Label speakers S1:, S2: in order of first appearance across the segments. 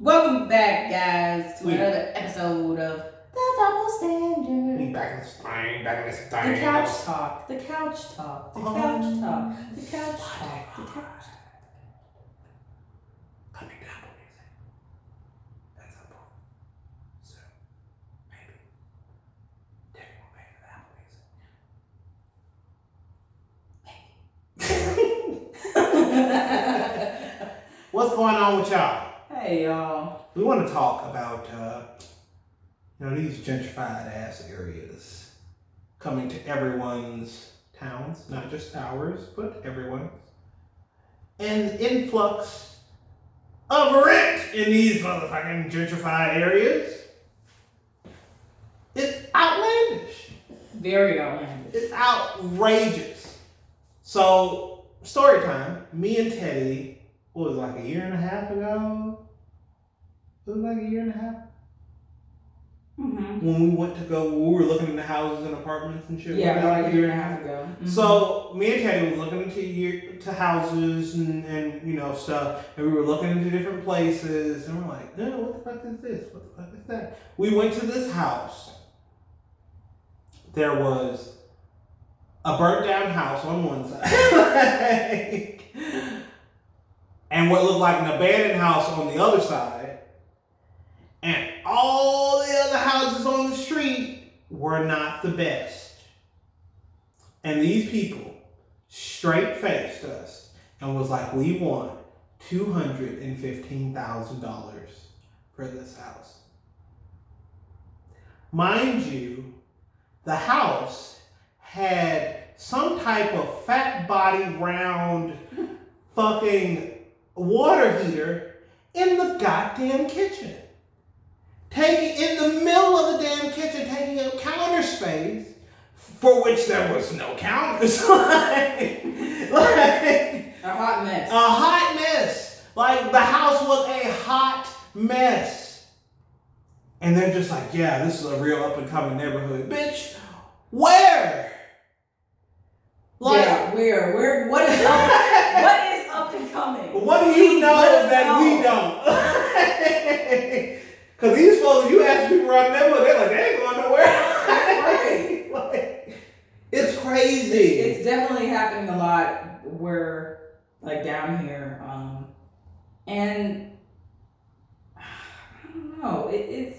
S1: Welcome back, guys, to another episode of The Double Standard.
S2: We back in this thing, back in this
S1: The
S2: thing.
S1: couch talk, the couch talk, the
S2: Oh.
S1: couch talk, the couch talk, the couch.
S2: Coming down to music. That's Apple. So, maybe. Take one pay for the Apple music. What's going on with y'all?
S1: hey y'all.
S2: We want to talk about, uh, you know, these gentrified ass areas coming to everyone's towns, not just ours, but everyone's, and the influx of rent in these motherfucking gentrified areas. It's outlandish.
S1: Very outlandish.
S2: It's outrageous. So, story time. Me and Teddy, what was it, like a year and a half ago? It was like a year and a half
S1: Mm-hmm.
S2: when we went to go. We were looking into houses and apartments and shit.
S1: Yeah,
S2: About
S1: about a year and a half ago. Mhm.
S2: So me and Teddy were looking into year, to houses and, and you know stuff, and we were looking into different places, and we're like, no, what the fuck is this? What the fuck is that? We went to this house. There was a burnt down house on one side, and what looked like an abandoned house on the other side, and all the other houses on the street were not the best. And these people straight faced us and was like, we want $215,000 for this house. Mind you, the house had some type of fat body round fucking water heater in the goddamn kitchen. Taking in the middle of the damn kitchen, taking up counter space for which there was no counters. like, like,
S1: a hot
S2: a
S1: mess.
S2: hot mess. Like the house was a hot mess. And they're just like, yeah, this is a real up and coming neighborhood. Bitch, where? Like,
S1: yeah, where, where, what is up? what is up and coming?
S2: What do you
S1: We
S2: know
S1: don't
S2: that we don't? Because these folks, you ask people around the neighborhood, they're like, they ain't going nowhere. Like, it's crazy.
S1: It's definitely happening a lot where, like, down here. Um, and I don't know. It, it's.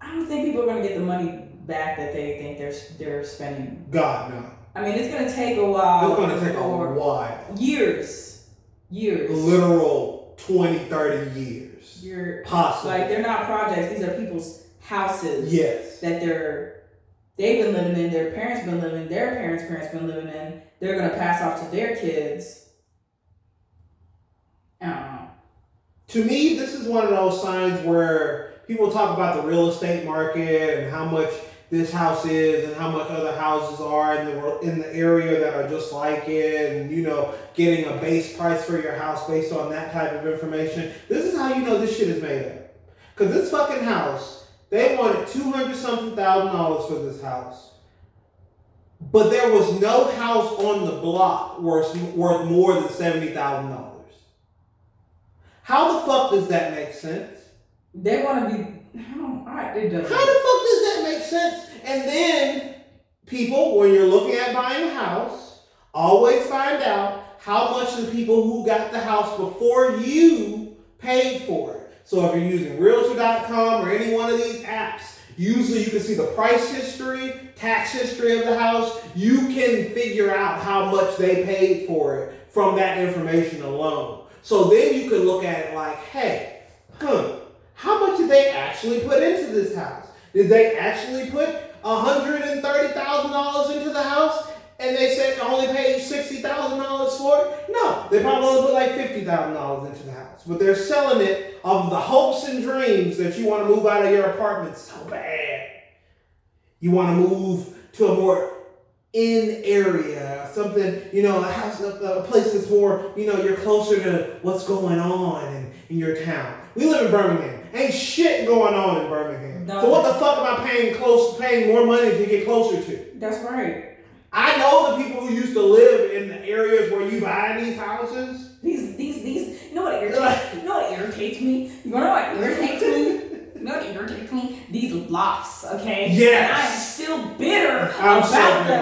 S1: I don't think people are going to get the money back that they think they're they're spending.
S2: God, no.
S1: I mean, it's going to take a
S2: It's
S1: while.
S2: going to take a
S1: for
S2: while.
S1: years, years.
S2: Literal 20, 30 years.
S1: Year-
S2: Possibly.
S1: like they're not projects. These are people's houses.
S2: yes.
S1: that they're they've been living in, their parents been living in, their parents' parents been living in, they're gonna pass off to their kids. I don't know.
S2: To me, this is one of those signs where people talk about the real estate market and how much this house is and how much other houses are in the wor- in the area that are just like it, and you know, getting a base price for your house based on that type of information. This is how you know this shit is made up. Cause this fucking house, they wanted two hundred something thousand dollars for this house. But there was no house on the block worth, worth more than seventy thousand dollars. How the fuck does that make sense?
S1: They wanna be I don't I, it
S2: How
S1: doesn't
S2: the fuck does that make sense? And then people, when you're looking at buying a house, always find out how much the people who got the house before you paid for it. So if you're using Realtor.com or any one of these apps, usually you can see the price history, tax history of the house. You can figure out how much they paid for it from that information alone. So then you can look at it like, hey, huh, how much did they actually put into this house? Did they actually put $130,000 into the house and they said they only paid $60,000 for it? No, they probably only put like $50,000 into the house. But they're selling it of the hopes and dreams that you want to move out of your apartment so bad. You want to move to a more in area, something, you know, a house, a, a place that's more, you know, you're closer to what's going on in, in your town. We live in Birmingham. Ain't shit going on in Birmingham.
S1: No.
S2: So what the fuck am I paying close, paying more money to get closer to?
S1: that's right.
S2: I know the people who used to live in the areas where you buy these houses.
S1: These these these You know what irritates, you know what irritates me? You know what irritates me? You know what irritates me? These lofts, okay?
S2: Yes.
S1: And I am still bitter
S2: I'm so
S1: about
S2: bitter.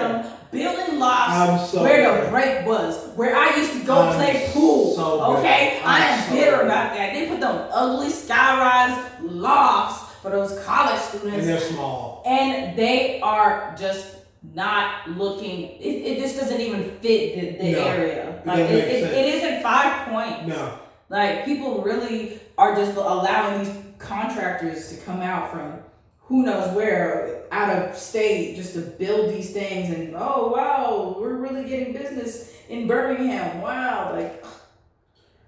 S1: them building lofts
S2: I'm so
S1: where
S2: bitter. Um,
S1: the break was, where I used to go
S2: I'm
S1: play pool.
S2: so
S1: okay?
S2: bitter.
S1: I
S2: I'm
S1: am
S2: so
S1: bitter
S2: bitter.
S1: about that. They put them ugly skyrise lofts for those college students
S2: and they're small.
S1: and they are just not looking. It, it just doesn't even fit the, the
S2: No,
S1: area. Like
S2: it doesn't
S1: it,
S2: make
S1: it,
S2: sense.
S1: it isn't five points.
S2: No,
S1: Like people really are just allowing these contractors to come out from who knows where out of state just to build these things and oh wow we're really getting business in Birmingham wow like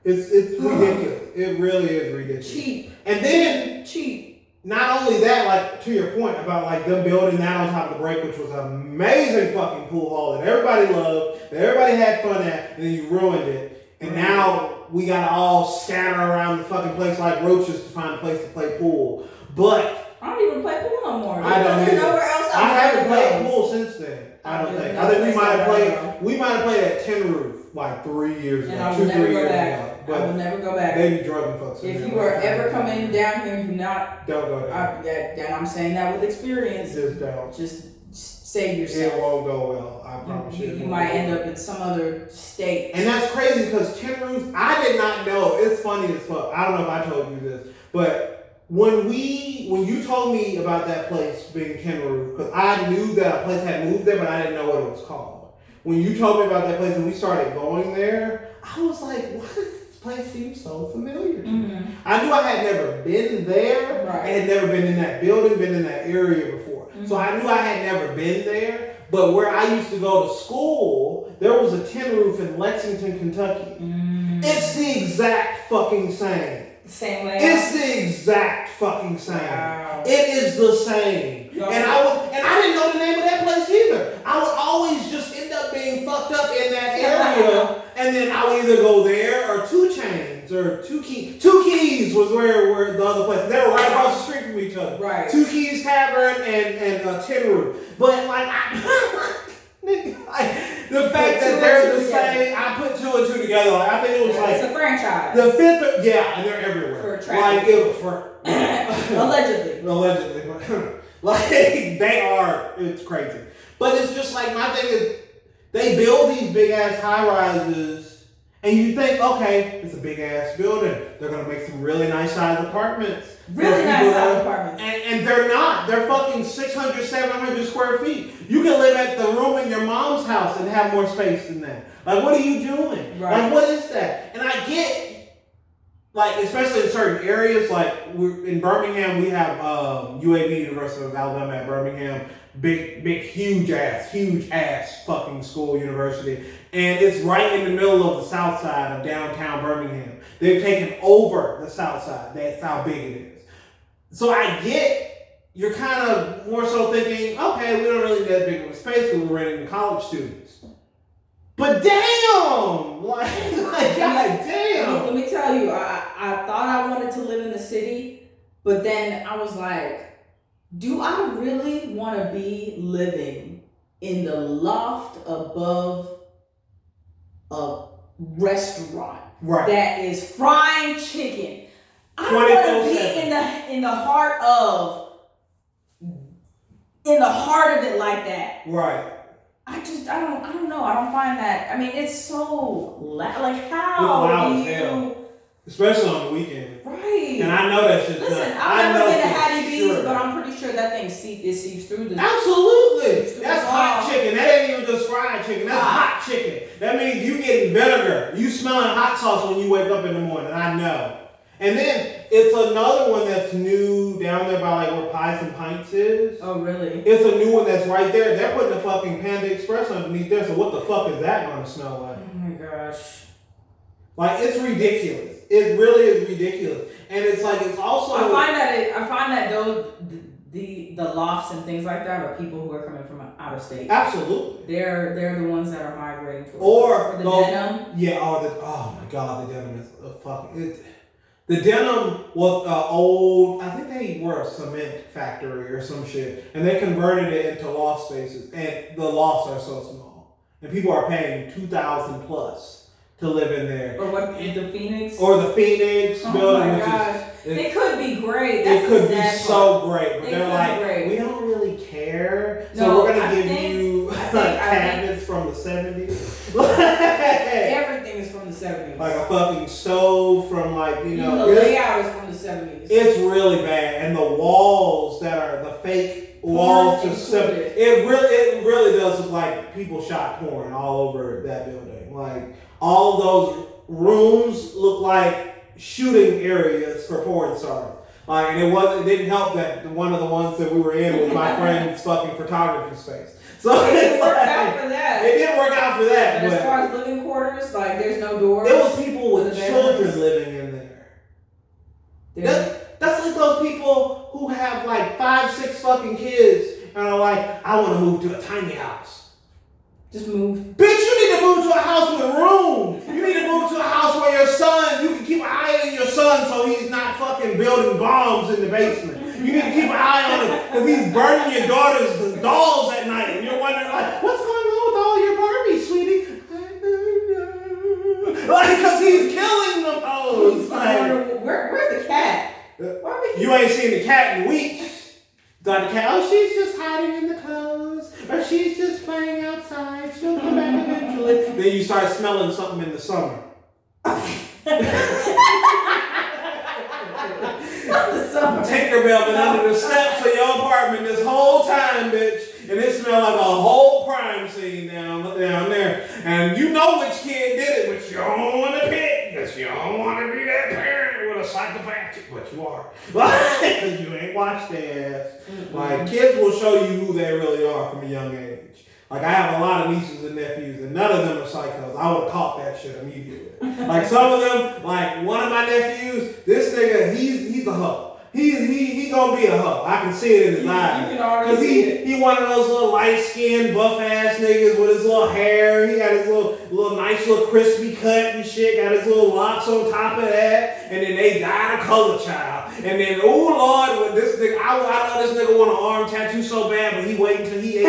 S2: it's it's ridiculous. It really is ridiculous.
S1: cheap
S2: And then
S1: cheap
S2: not only that, like to your point about like them building that on top of the break, which was an amazing fucking pool hall that everybody loved, that everybody had fun at, and then you ruined it. And now we gotta all scatter around the fucking place like roaches to find a place to play pool. But
S1: I don't even play pool no more
S2: I don't
S1: There's
S2: either.
S1: nowhere else
S2: I haven't
S1: wanna go.
S2: played pool since then. I don't
S1: There's
S2: think.
S1: no
S2: I think we
S1: place
S2: might have
S1: wanna
S2: played. We might have played at Tin Roof like three years
S1: And
S2: ago,
S1: I will
S2: two
S1: never
S2: three
S1: go
S2: years
S1: back.
S2: ago.
S1: I will
S2: But
S1: never go back.
S2: they be drugging fucks. in
S1: If
S2: there
S1: you
S2: all
S1: are
S2: the time.
S1: ever coming down here, do not.
S2: don't go there.
S1: I, that, that I'm saying that with experience.
S2: Just don't.
S1: Just save
S2: It
S1: yourself.
S2: won't go well. I promise
S1: You,
S2: you.
S1: you,
S2: it
S1: you
S2: won't
S1: might
S2: go
S1: end
S2: well.
S1: up in some other state.
S2: And that's crazy because Tim Roof, I did not know. It's funny as fuck. I don't know if I told you this, but when we, when you told me about that place being Tim Roof, because I knew that a place had moved there, but I didn't know what it was called. When you told me about that place and we started going there, I was like, why does this place seem so familiar? to me?"
S1: Mhm.
S2: I knew I had never been there. I
S1: Right.
S2: had never been in that building, been in that area before. So I knew I had never been there. But where I used to go to school, there was a tin roof in Lexington, Kentucky.
S1: Mhm.
S2: It's the exact fucking same.
S1: Same way.
S2: It's the exact fucking same.
S1: wow.
S2: It is the same.
S1: Y'all-
S2: And I would, and I didn't know the name of that place either. I would always just end up being fucked up in that area, and then I would either go there or Two Chains or Two Keys. Two Keys was where, where the other place. They were right across the street from each other.
S1: right.
S2: Two Keys Tavern and and uh, Tin Roof. But like, I, nigga, like, the
S1: two
S2: fact that
S1: and
S2: they're
S1: two
S2: the
S1: together.
S2: same, I put two and two together. Like, I think it was
S1: it's
S2: like
S1: a franchise.
S2: the fifth. Or, yeah, and they're everywhere.
S1: For
S2: like
S1: traffic.
S2: it was for
S1: Allegedly.
S2: allegedly, but, like they are. It's crazy, but it's just like my thing is they build these big ass high rises. And you think, okay, it's a big ass building. They're gonna make some really nice sized apartments.
S1: Really
S2: for
S1: nice
S2: people to-
S1: size apartments.
S2: and, and they're not. They're fucking 600, 700 square feet. You can live at the room in your mom's house and have more space than that. Like, what are you doing?
S1: Right.
S2: Like, what is that? And I get, like, especially in certain areas, like we're, in Birmingham, we have um, UAB, University of Alabama at Birmingham. Big, big, huge ass, huge ass fucking school, university. And it's right in the middle of the south side of downtown Birmingham. They've taken over the south side. That's how big it is. So I get you're kind of more so thinking, okay, we don't really need that big of a space when we're renting to college students. But damn! Like, like god
S1: Let me-
S2: damn!
S1: Let me tell you, I, I thought I wanted to live in the city, but then I was like, do I really want to be living in the loft above a restaurant
S2: Right.
S1: that is frying chicken? I don't want to
S2: 24/7.
S1: be in the in the heart of in the heart of it like that.
S2: Right.
S1: I just I don't I don't know I don't find that I mean it's so loud like
S2: It's loud
S1: how
S2: as
S1: do you
S2: hell. Especially on the weekend.
S1: right
S2: And I know that shit's
S1: listen
S2: not.
S1: I've
S2: know
S1: never been to
S2: for
S1: Hattie B's
S2: sure.
S1: but I'm pretty sure that thing see it seeps through the
S2: Absolutely. That's
S1: Wow.
S2: hot chicken. That ain't even just fried chicken. That's
S1: Wow.
S2: hot chicken. That means you getting vinegar. You smelling hot sauce when you wake up in the morning. I know. And then it's another one that's new down there by like where Pies and Pints is.
S1: oh really
S2: It's a new one that's right there. They're putting a fucking Panda Express underneath there. So what the fuck is that gonna smell like?
S1: oh my gosh
S2: Like it's ridiculous. It really is ridiculous. And it's like it's also
S1: I find that it I find that though the the lofts and things like that are people who are coming from out of state
S2: absolutely.
S1: they're they're the ones that are migrating towards
S2: Or
S1: the
S2: go-
S1: denim
S2: Yeah, oh, the, oh my god, the denim is a fucking. It, the denim was an old, I think they were a cement factory or some shit, and they converted it into loft spaces, and the lofts are so small. And people are paying 2000 plus to live in there.
S1: Or what? The Phoenix.
S2: Or the Phoenix
S1: oh
S2: building,
S1: my
S2: which is
S1: gosh, it could be great. That's
S2: it could
S1: the
S2: be
S1: sad part.
S2: so great, but
S1: It
S2: they're
S1: could
S2: like,
S1: be great.
S2: we don't really care, so
S1: No,
S2: we're gonna
S1: I
S2: give
S1: think-
S2: you
S1: I think- I think-
S2: cabinets from the seventies, like
S1: Everything is from the seventies.
S2: a fucking stove from like you know,
S1: the
S2: it's,
S1: layout is from the seventies.
S2: it's really bad, and the walls that are the fake walls
S1: Porn
S2: to sep-
S1: included.
S2: it really it really does look like people shot porn all over that building, like all those rooms look like shooting areas for porn stars. Like, and it was it didn't help that the- one of the ones that we were in was my friend's fucking photography space. So
S1: It
S2: it's
S1: didn't work
S2: like,
S1: out for
S2: it
S1: that.
S2: didn't work out for
S1: but as
S2: that,
S1: far as living quarters, like there's no doors.
S2: but it was people with
S1: The bedrooms.
S2: children living in there.
S1: There's-
S2: That's like those people who have like five, six fucking kids and are like, I want to move to a tiny house.
S1: just move.
S2: Bitch, you need to move to a house with a room. You need to move to a house where your son, you can keep an eye on your son so he's not fucking building bombs in the basement. You need to keep an eye on him because he's burning your daughter's dolls at night, and you're wondering like, what's going on with all your Barbies, sweetie? Like, because he's killing them hoes. Like,
S1: Where, where's the cat? Why we
S2: you ain't seen the cat in weeks. Like the cat, oh, she's just hiding in the clothes, or she's just playing outside. She'll come back eventually. then you start smelling something in the summer.
S1: the summer?
S2: Tinkerbell been under the steps of your apartment this whole time, bitch. And it smelled like a whole crime scene down down there. And you know which kid did it, but you don't want to pick. Because you don't want to be that parent with a psychopath. But you are. Because you ain't watched their ass. Like kids will show you who they really are from a young age. Like I have a lot of nieces and nephews, and none of them are psychos. I would have caught that shit immediately. like some of them, like one of my nephews, this nigga, he's he's a hoe. He he he gonna be a hoe. I can see it in his
S1: You-
S2: eyes.
S1: you can already
S2: Cause
S1: see
S2: he
S1: it.
S2: he one of those little light skinned buff ass niggas with his little hair. He got his little little nice little crispy cut and shit. Got his little locks on top of that, and then they got a color child. And then oh lord, with this nigga, I, I know this nigga want an arm tattoo so bad, but he waiting till he eighteen.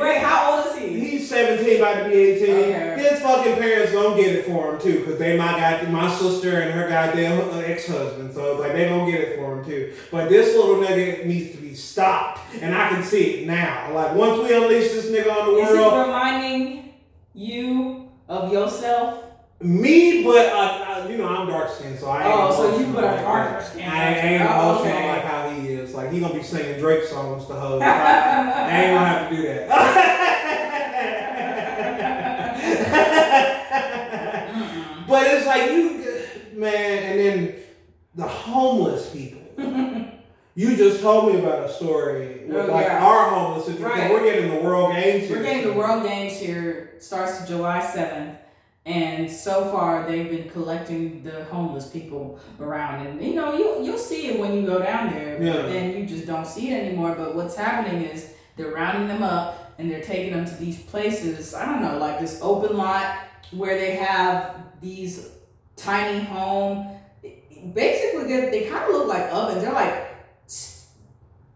S1: Wait, how old is he?
S2: He's 17, about to be 18.
S1: Okay.
S2: His fucking parents gonna get it for him too, because they my got my sister and her goddamn uh, ex-husband. So it's like they gonna get it for him too. But this little nigga needs to be stopped, and I can see it now. Like once we unleash this nigga on the
S1: Is he
S2: world,
S1: reminding you of yourself?
S2: me, but uh, uh, you know I'm dark skinned so I. ain't
S1: Oh, so you
S2: emotional
S1: put a
S2: like
S1: harder
S2: that.
S1: skin.
S2: I ain't
S1: Oh,
S2: emotional
S1: okay.
S2: like how he is. Like he gonna be singing Drake songs to
S1: Oh,
S2: hoes. I, I ain't gonna have to do that.
S1: Mm-mm.
S2: But it's like you, man, and then the homeless people. you just told me about a story with
S1: Oh,
S2: like
S1: yeah.
S2: our homeless situation.
S1: Right.
S2: We're getting the world games.
S1: We're getting the World Games here starts July seventh, and so far they've been collecting the homeless people around, and you know you you'll see it when you go down there, but
S2: Yeah.
S1: then you just don't see it anymore. But what's happening is they're rounding them up and they're taking them to these places. I don't know, like this open lot where they have these tiny home. Basically, they, they kind of look like ovens. They're like s-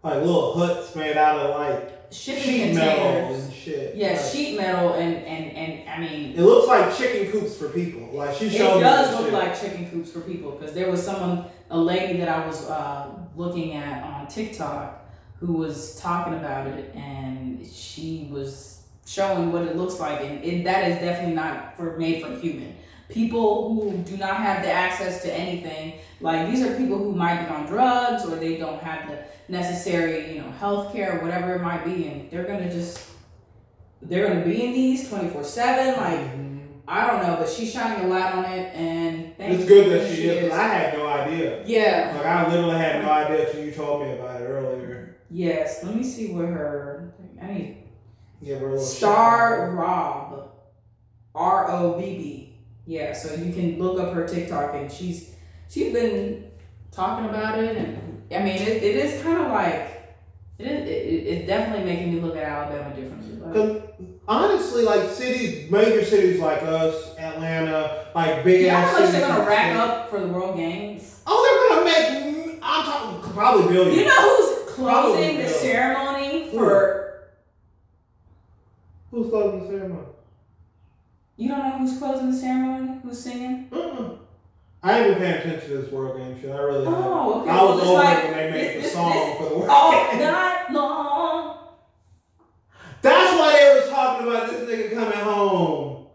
S2: like little huts made out of like
S1: shipping
S2: sheet metal
S1: containers.
S2: and shit.
S1: Yeah,
S2: Like,
S1: sheet metal and and and I mean
S2: it looks like chicken coops for people. Like she
S1: It
S2: showed me
S1: does
S2: this
S1: look
S2: shit.
S1: like chicken coops for people because there was someone, a lady that I was uh, looking at on TikTok who was talking about it and she was showing what it looks like and it, that is definitely not for made for human. People who do not have the access to anything, like these are people who might be on drugs or they don't have the necessary, you know, health care or whatever it might be, and they're gonna just they're gonna be in these twenty four seven, like
S2: Mhm.
S1: I don't know, but she's shining a light on it, and thank
S2: It's
S1: you
S2: good that she, is. 'cause I had no idea.
S1: Yeah.
S2: Like I literally had no idea till you told me about it earlier.
S1: Yes. Let me see what her. I need
S2: Give her a little
S1: Star Rob, R O B B. Yeah. So you can look up her TikTok, and she's she's been talking about it, and I mean it, it is kind of like it is it, it's definitely making me look at Alabama differently. but-
S2: Cause honestly, like cities, major cities like us, Atlanta, like big
S1: Yeah, I
S2: ass
S1: feel like
S2: cities.
S1: they're gonna
S2: like
S1: rack
S2: that.
S1: up for the World Games.
S2: Oh, they're gonna make. m- I'm talking probably billions.
S1: You know who's
S2: Probably
S1: closing the
S2: will.
S1: ceremony for
S2: Who's closing the ceremony?
S1: You don't know who's closing the ceremony? Who's singing?
S2: Mm-mm. I ain't been paying attention to this world game shit. I really haven't.
S1: Oh, okay.
S2: I was
S1: it's
S2: over
S1: like,
S2: it when they made
S1: this-
S2: the
S1: this-
S2: song
S1: this-
S2: for the world
S1: all
S2: game.
S1: night long.
S2: That's why they were talking about this nigga coming home.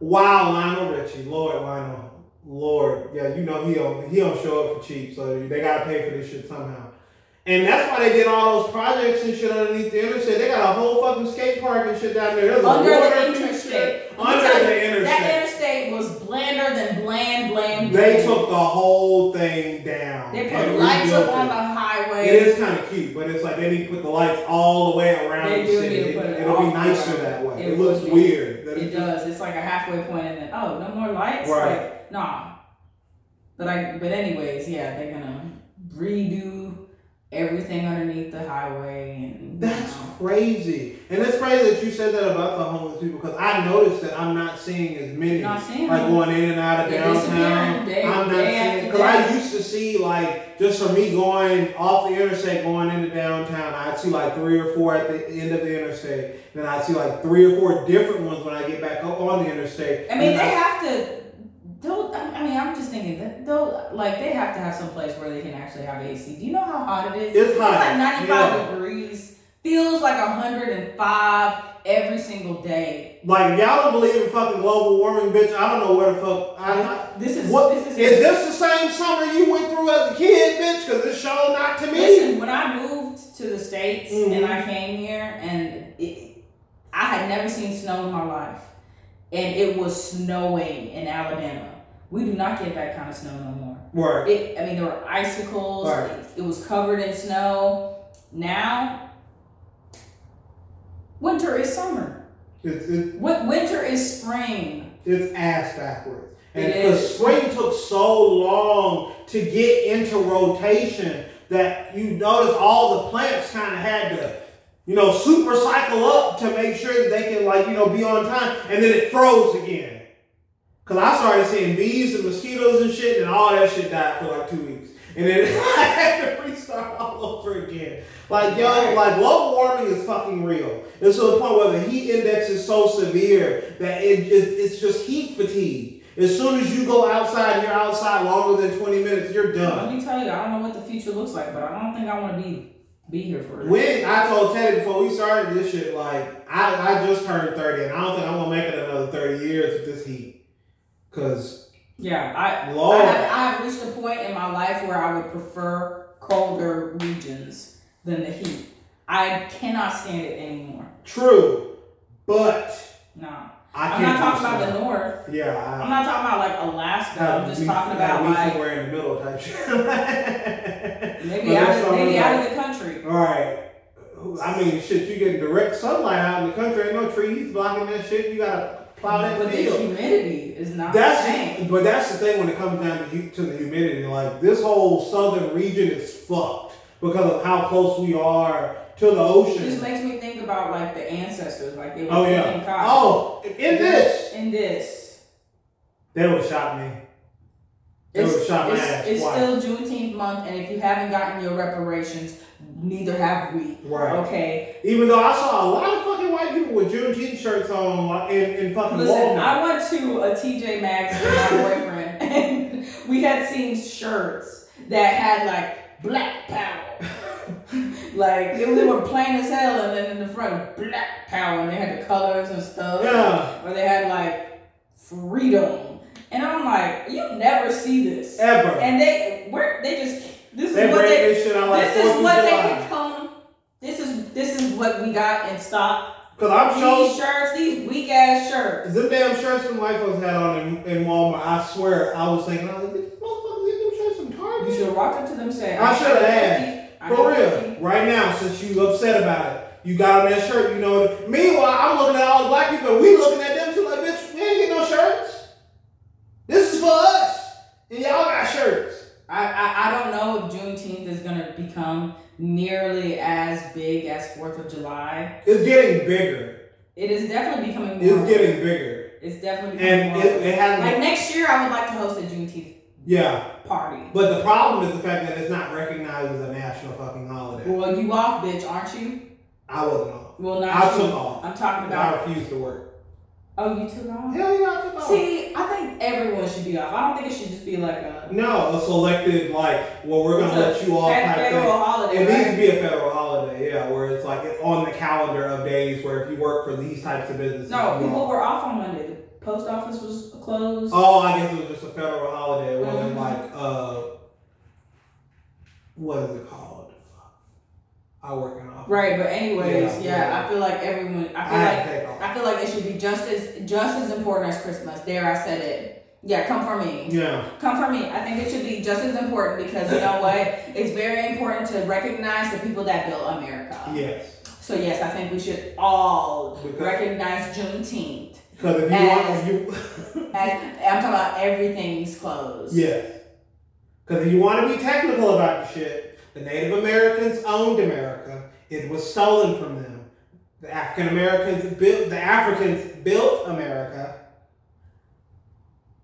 S2: Wow, Lionel Richie, Lord Lionel, Lord, yeah, you know he don't he don't show up for cheap, so they gotta pay for this shit somehow. And that's why they did all those projects and shit underneath the interstate. They got a whole fucking skate park and shit down there. There's a
S1: Under the
S2: water feature.
S1: interstate.
S2: Under
S1: Let me tell
S2: the
S1: That
S2: interstate.
S1: interstate was blander than bland, bland.
S2: They
S1: bland.
S2: took the whole thing down.
S1: They put
S2: and
S1: lights up
S2: rebuilt
S1: on
S2: it.
S1: the highway.
S2: It is kind of cute, but it's like they need to put the lights all the way around
S1: They
S2: the
S1: do
S2: city.
S1: need to put it
S2: It, will be
S1: all
S2: nicer
S1: around.
S2: that way.
S1: It
S2: It, looks
S1: would be.
S2: weird. That
S1: It
S2: it's
S1: does. It's like a halfway point, and then oh, no more lights.
S2: Right.
S1: Like, nah. But I. But anyways, yeah, they're gonna redo everything underneath the highway and. you
S2: That's
S1: know.
S2: crazy. And it's crazy that you said that about the homeless people because I noticed that I'm not seeing as many
S1: You're not seeing
S2: like
S1: them.
S2: going in and out of
S1: They're
S2: downtown.
S1: disappearing day-
S2: I'm not
S1: day
S2: seeing
S1: after
S2: because I
S1: day.
S2: used to see like just for me going off the interstate going into downtown, I'd see like three or four at the end of the interstate. Then I'd see like three or four different ones when I get back up on the interstate.
S1: I mean,
S2: And
S1: they have to. Don't. I I mean, I'm just thinking that they'll like they have to have some place where they can actually have AC. Do you know how hot it is?
S2: It's hot.
S1: like 95
S2: Yeah.
S1: degrees. Feels like 105 every single day.
S2: Like if y'all don't believe in fucking global warming, bitch. I don't know where the fuck. I, I
S1: this is
S2: what-
S1: this is
S2: is this the same summer you went through as a kid, bitch? Because it's shown not to me.
S1: Listen, when I moved to the states and
S2: Mhm.
S1: I came here, and it, I had never seen snow in my life, and it was snowing in Alabama. We do not get that kind of snow no more.
S2: Word.
S1: It, I mean, there were icicles.
S2: Right.
S1: It, it was covered in snow. Now, winter is summer.
S2: It's, it's,
S1: Win- Winter is spring.
S2: it's ass backwards. And
S1: It
S2: because
S1: is.
S2: spring took so long to get into rotation that you notice all the plants kind of had to, you know, super cycle up to make sure that they can, like, you know, be on time. And then it froze again. Because I started seeing bees and mosquitoes and shit, and all that shit died for like two weeks. And then I had to restart all over again. Like yo, like global warming is fucking real. It's to the point where the heat index is so severe that it, it it's just heat fatigue. As soon as you go outside, and you're outside longer than twenty minutes, you're
S1: Let
S2: done.
S1: me tell you, I don't know what the future looks like, but I don't think I want to be be here for it.
S2: When I told Teddy before we started this shit, like I, I just turned thirty, and I don't think I'm gonna make it another thirty years with this heat. Cause
S1: yeah, I I
S2: Lord,
S1: have, I have reached a point in my life where I would prefer colder regions than the heat. I cannot stand it anymore.
S2: true, but
S1: No,
S2: I
S1: I'm
S2: can't
S1: not talking
S2: do
S1: about
S2: snow.
S1: the north.
S2: Yeah,
S1: I'm
S2: I,
S1: not talking about like Alaska. I'm just
S2: we-
S1: talking about
S2: we
S1: like
S2: somewhere in the middle type shit.
S1: maybe
S2: but
S1: out
S2: that's
S1: of, maybe
S2: all
S1: out of the country.
S2: All right. I mean, shit, you getting direct sunlight out in the country. Ain't no trees blocking that shit. You gotta plow that
S1: But the
S2: field.
S1: humidity is not the
S2: That's
S1: same.
S2: but that's the thing when it comes down to, hu- to the humidity. Like this whole southern region is fucked because of how close we are to the
S1: It just
S2: ocean.
S1: makes me think about like the ancestors, like they were
S2: Oh yeah.
S1: picking cotton.
S2: Oh, in this,
S1: in this.
S2: they would have shot me. They
S1: It's,
S2: would have shot my ass
S1: it's, it's
S2: twice.
S1: still Juneteenth month, and if you haven't gotten your reparations, neither have we.
S2: right.
S1: Okay,
S2: Even though I saw a lot of fucking white people with Juneteenth shirts on, like, in, in fucking
S1: Listen,
S2: Walmart.
S1: I went to a TJ Maxx with my boyfriend, and we had seen shirts that had like black power. like they, they were plain as hell, and then in the front, black power, and they had the colors and stuff.
S2: yeah,
S1: Or they had like freedom, and I'm like, you never see this.
S2: ever.
S1: And they, where they just this
S2: They
S1: is
S2: bring
S1: what they,
S2: this shit out
S1: this
S2: like Fourth
S1: is
S2: of
S1: what
S2: July.
S1: they become. This is this is what we got in stock.
S2: Cause I'm
S1: These
S2: sure
S1: shirts, these weak ass shirts.
S2: the damn shirts some white folks had on in, in Walmart. I swear, I was thinking, I was like, "Did these motherfuckers get them shirts from
S1: You
S2: Target.
S1: should have walked up to them and said,
S2: I should've
S1: asked.
S2: For real, right now, since you upset about it, you got on that shirt. You know. Meanwhile, I'm looking at all the black people. and We looking at them too, like, bitch, we ain't get no shirts. This is for us, and y'all got shirts.
S1: I, I, I don't know if Juneteenth is going to become nearly as big as 4th of July.
S2: It's getting bigger.
S1: It is definitely becoming more.
S2: It's getting bigger,
S1: It's definitely becoming
S2: and
S1: more.
S2: it, it
S1: like
S2: hasn't.
S1: next year, I would like to host a Juneteenth
S2: Yeah,
S1: party.
S2: but the problem is the fact that it's not recognized as a national fucking holiday.
S1: Well, you off, bitch, aren't you?
S2: I wasn't on.
S1: Well, not
S2: I
S1: you.
S2: took off.
S1: I'm talking about
S2: I refuse to work.
S1: Oh, you took off?
S2: Hell yeah, I took off.
S1: See, I think everyone should be off. I don't think it should just be like a,
S2: no, a selective like, well, we're gonna let you off
S1: fed-
S2: type thing.
S1: federal holiday.
S2: It needs to
S1: Right?
S2: be a federal holiday, yeah, where it's like it's on the calendar of days where if you work for these types of businesses.
S1: No,
S2: you
S1: people
S2: are-
S1: were off on Monday. The post office was closed.
S2: Oh, I guess it was just a federal holiday. It wasn't
S1: Mhm.
S2: like uh, what is it called? I work in an office.
S1: Right, but anyways,
S2: Yeah,
S1: yeah,
S2: yeah.
S1: I feel like everyone. I
S2: I
S1: feel like
S2: had to take off.
S1: I feel like it should be just as just as important as Christmas. There, I said it. Yeah, come for me.
S2: Yeah,
S1: Come for me. I think it should be just as important because you know what? It's very important to recognize the people that built America.
S2: yes.
S1: So yes, I think we should all
S2: Because
S1: recognize Juneteenth.
S2: 'cause if you want, if you
S1: As, I'm talking about everything's closed.
S2: Yes. Because if you want to be technical about the shit, the Native Americans owned America. It was stolen from them. The African Americans built, the Africans built America.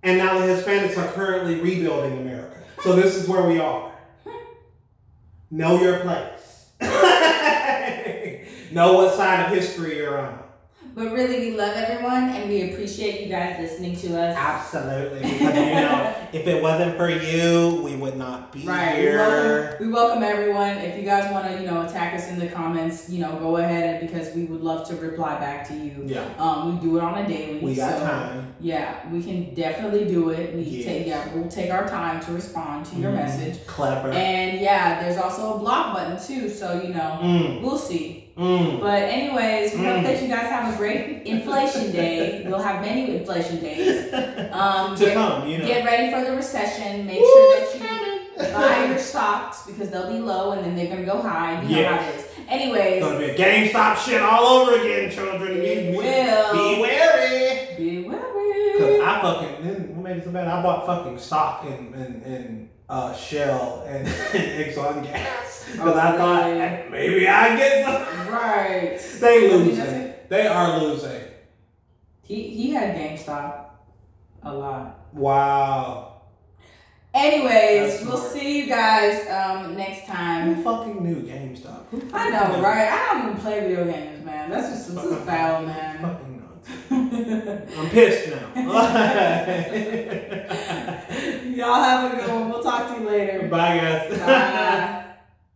S2: And now the Hispanics are currently rebuilding America. So this is where we are. Know your place. know what side of history you're on.
S1: But really, we love everyone and we appreciate you guys listening to us.
S2: Absolutely. Because, you know, if it wasn't for you, we would not be
S1: Right. We welcome, we welcome everyone. If you guys want to, you know, attack us in the comments, you know, go ahead because we would love to reply back to you.
S2: Yeah,
S1: Um, we do it on a daily.
S2: we got
S1: so
S2: time.
S1: Yeah, we can definitely do it. We
S2: Yes.
S1: take yeah, we'll take our time to respond to your
S2: Mm,
S1: message.
S2: Clever.
S1: And yeah, there's also a block button too, so you know,
S2: mm,
S1: we'll see.
S2: mm.
S1: But anyways, we
S2: Mm.
S1: hope that you guys have a great inflation day. We'll have many inflation days. Um,
S2: to
S1: get,
S2: come, you know.
S1: get ready for the recession. Make
S2: Ooh,
S1: sure that
S2: it's
S1: you
S2: coming.
S1: buy your stocks because they'll be low and then they're gonna go high. You know how it is.
S2: It's
S1: Anyways,
S2: gonna be a GameStop shit all over again, children.
S1: It
S2: Be,
S1: will.
S2: be wary.
S1: be
S2: Cause
S1: wary.
S2: I fucking then what made it so bad? I bought fucking stock in in, in uh, Shell and Exxon gas
S1: Oh,
S2: because I thought
S1: Okay.
S2: "Eh, maybe I get some.
S1: Right.
S2: They
S1: I mean,
S2: losing.
S1: that's it.
S2: They are losing.
S1: He he had GameStop a lot.
S2: Wow.
S1: Anyways,
S2: That's
S1: we'll
S2: smart.
S1: see you guys um next time.
S2: Who fucking knew GameStop? Who
S1: I
S2: fucking
S1: know,
S2: knew?
S1: right? I don't even play video games, man. That's just this is foul, man.
S2: Fucking nuts. I'm pissed now.
S1: Y'all have a good one. We'll talk to you later.
S2: Bye, guys.
S1: Bye.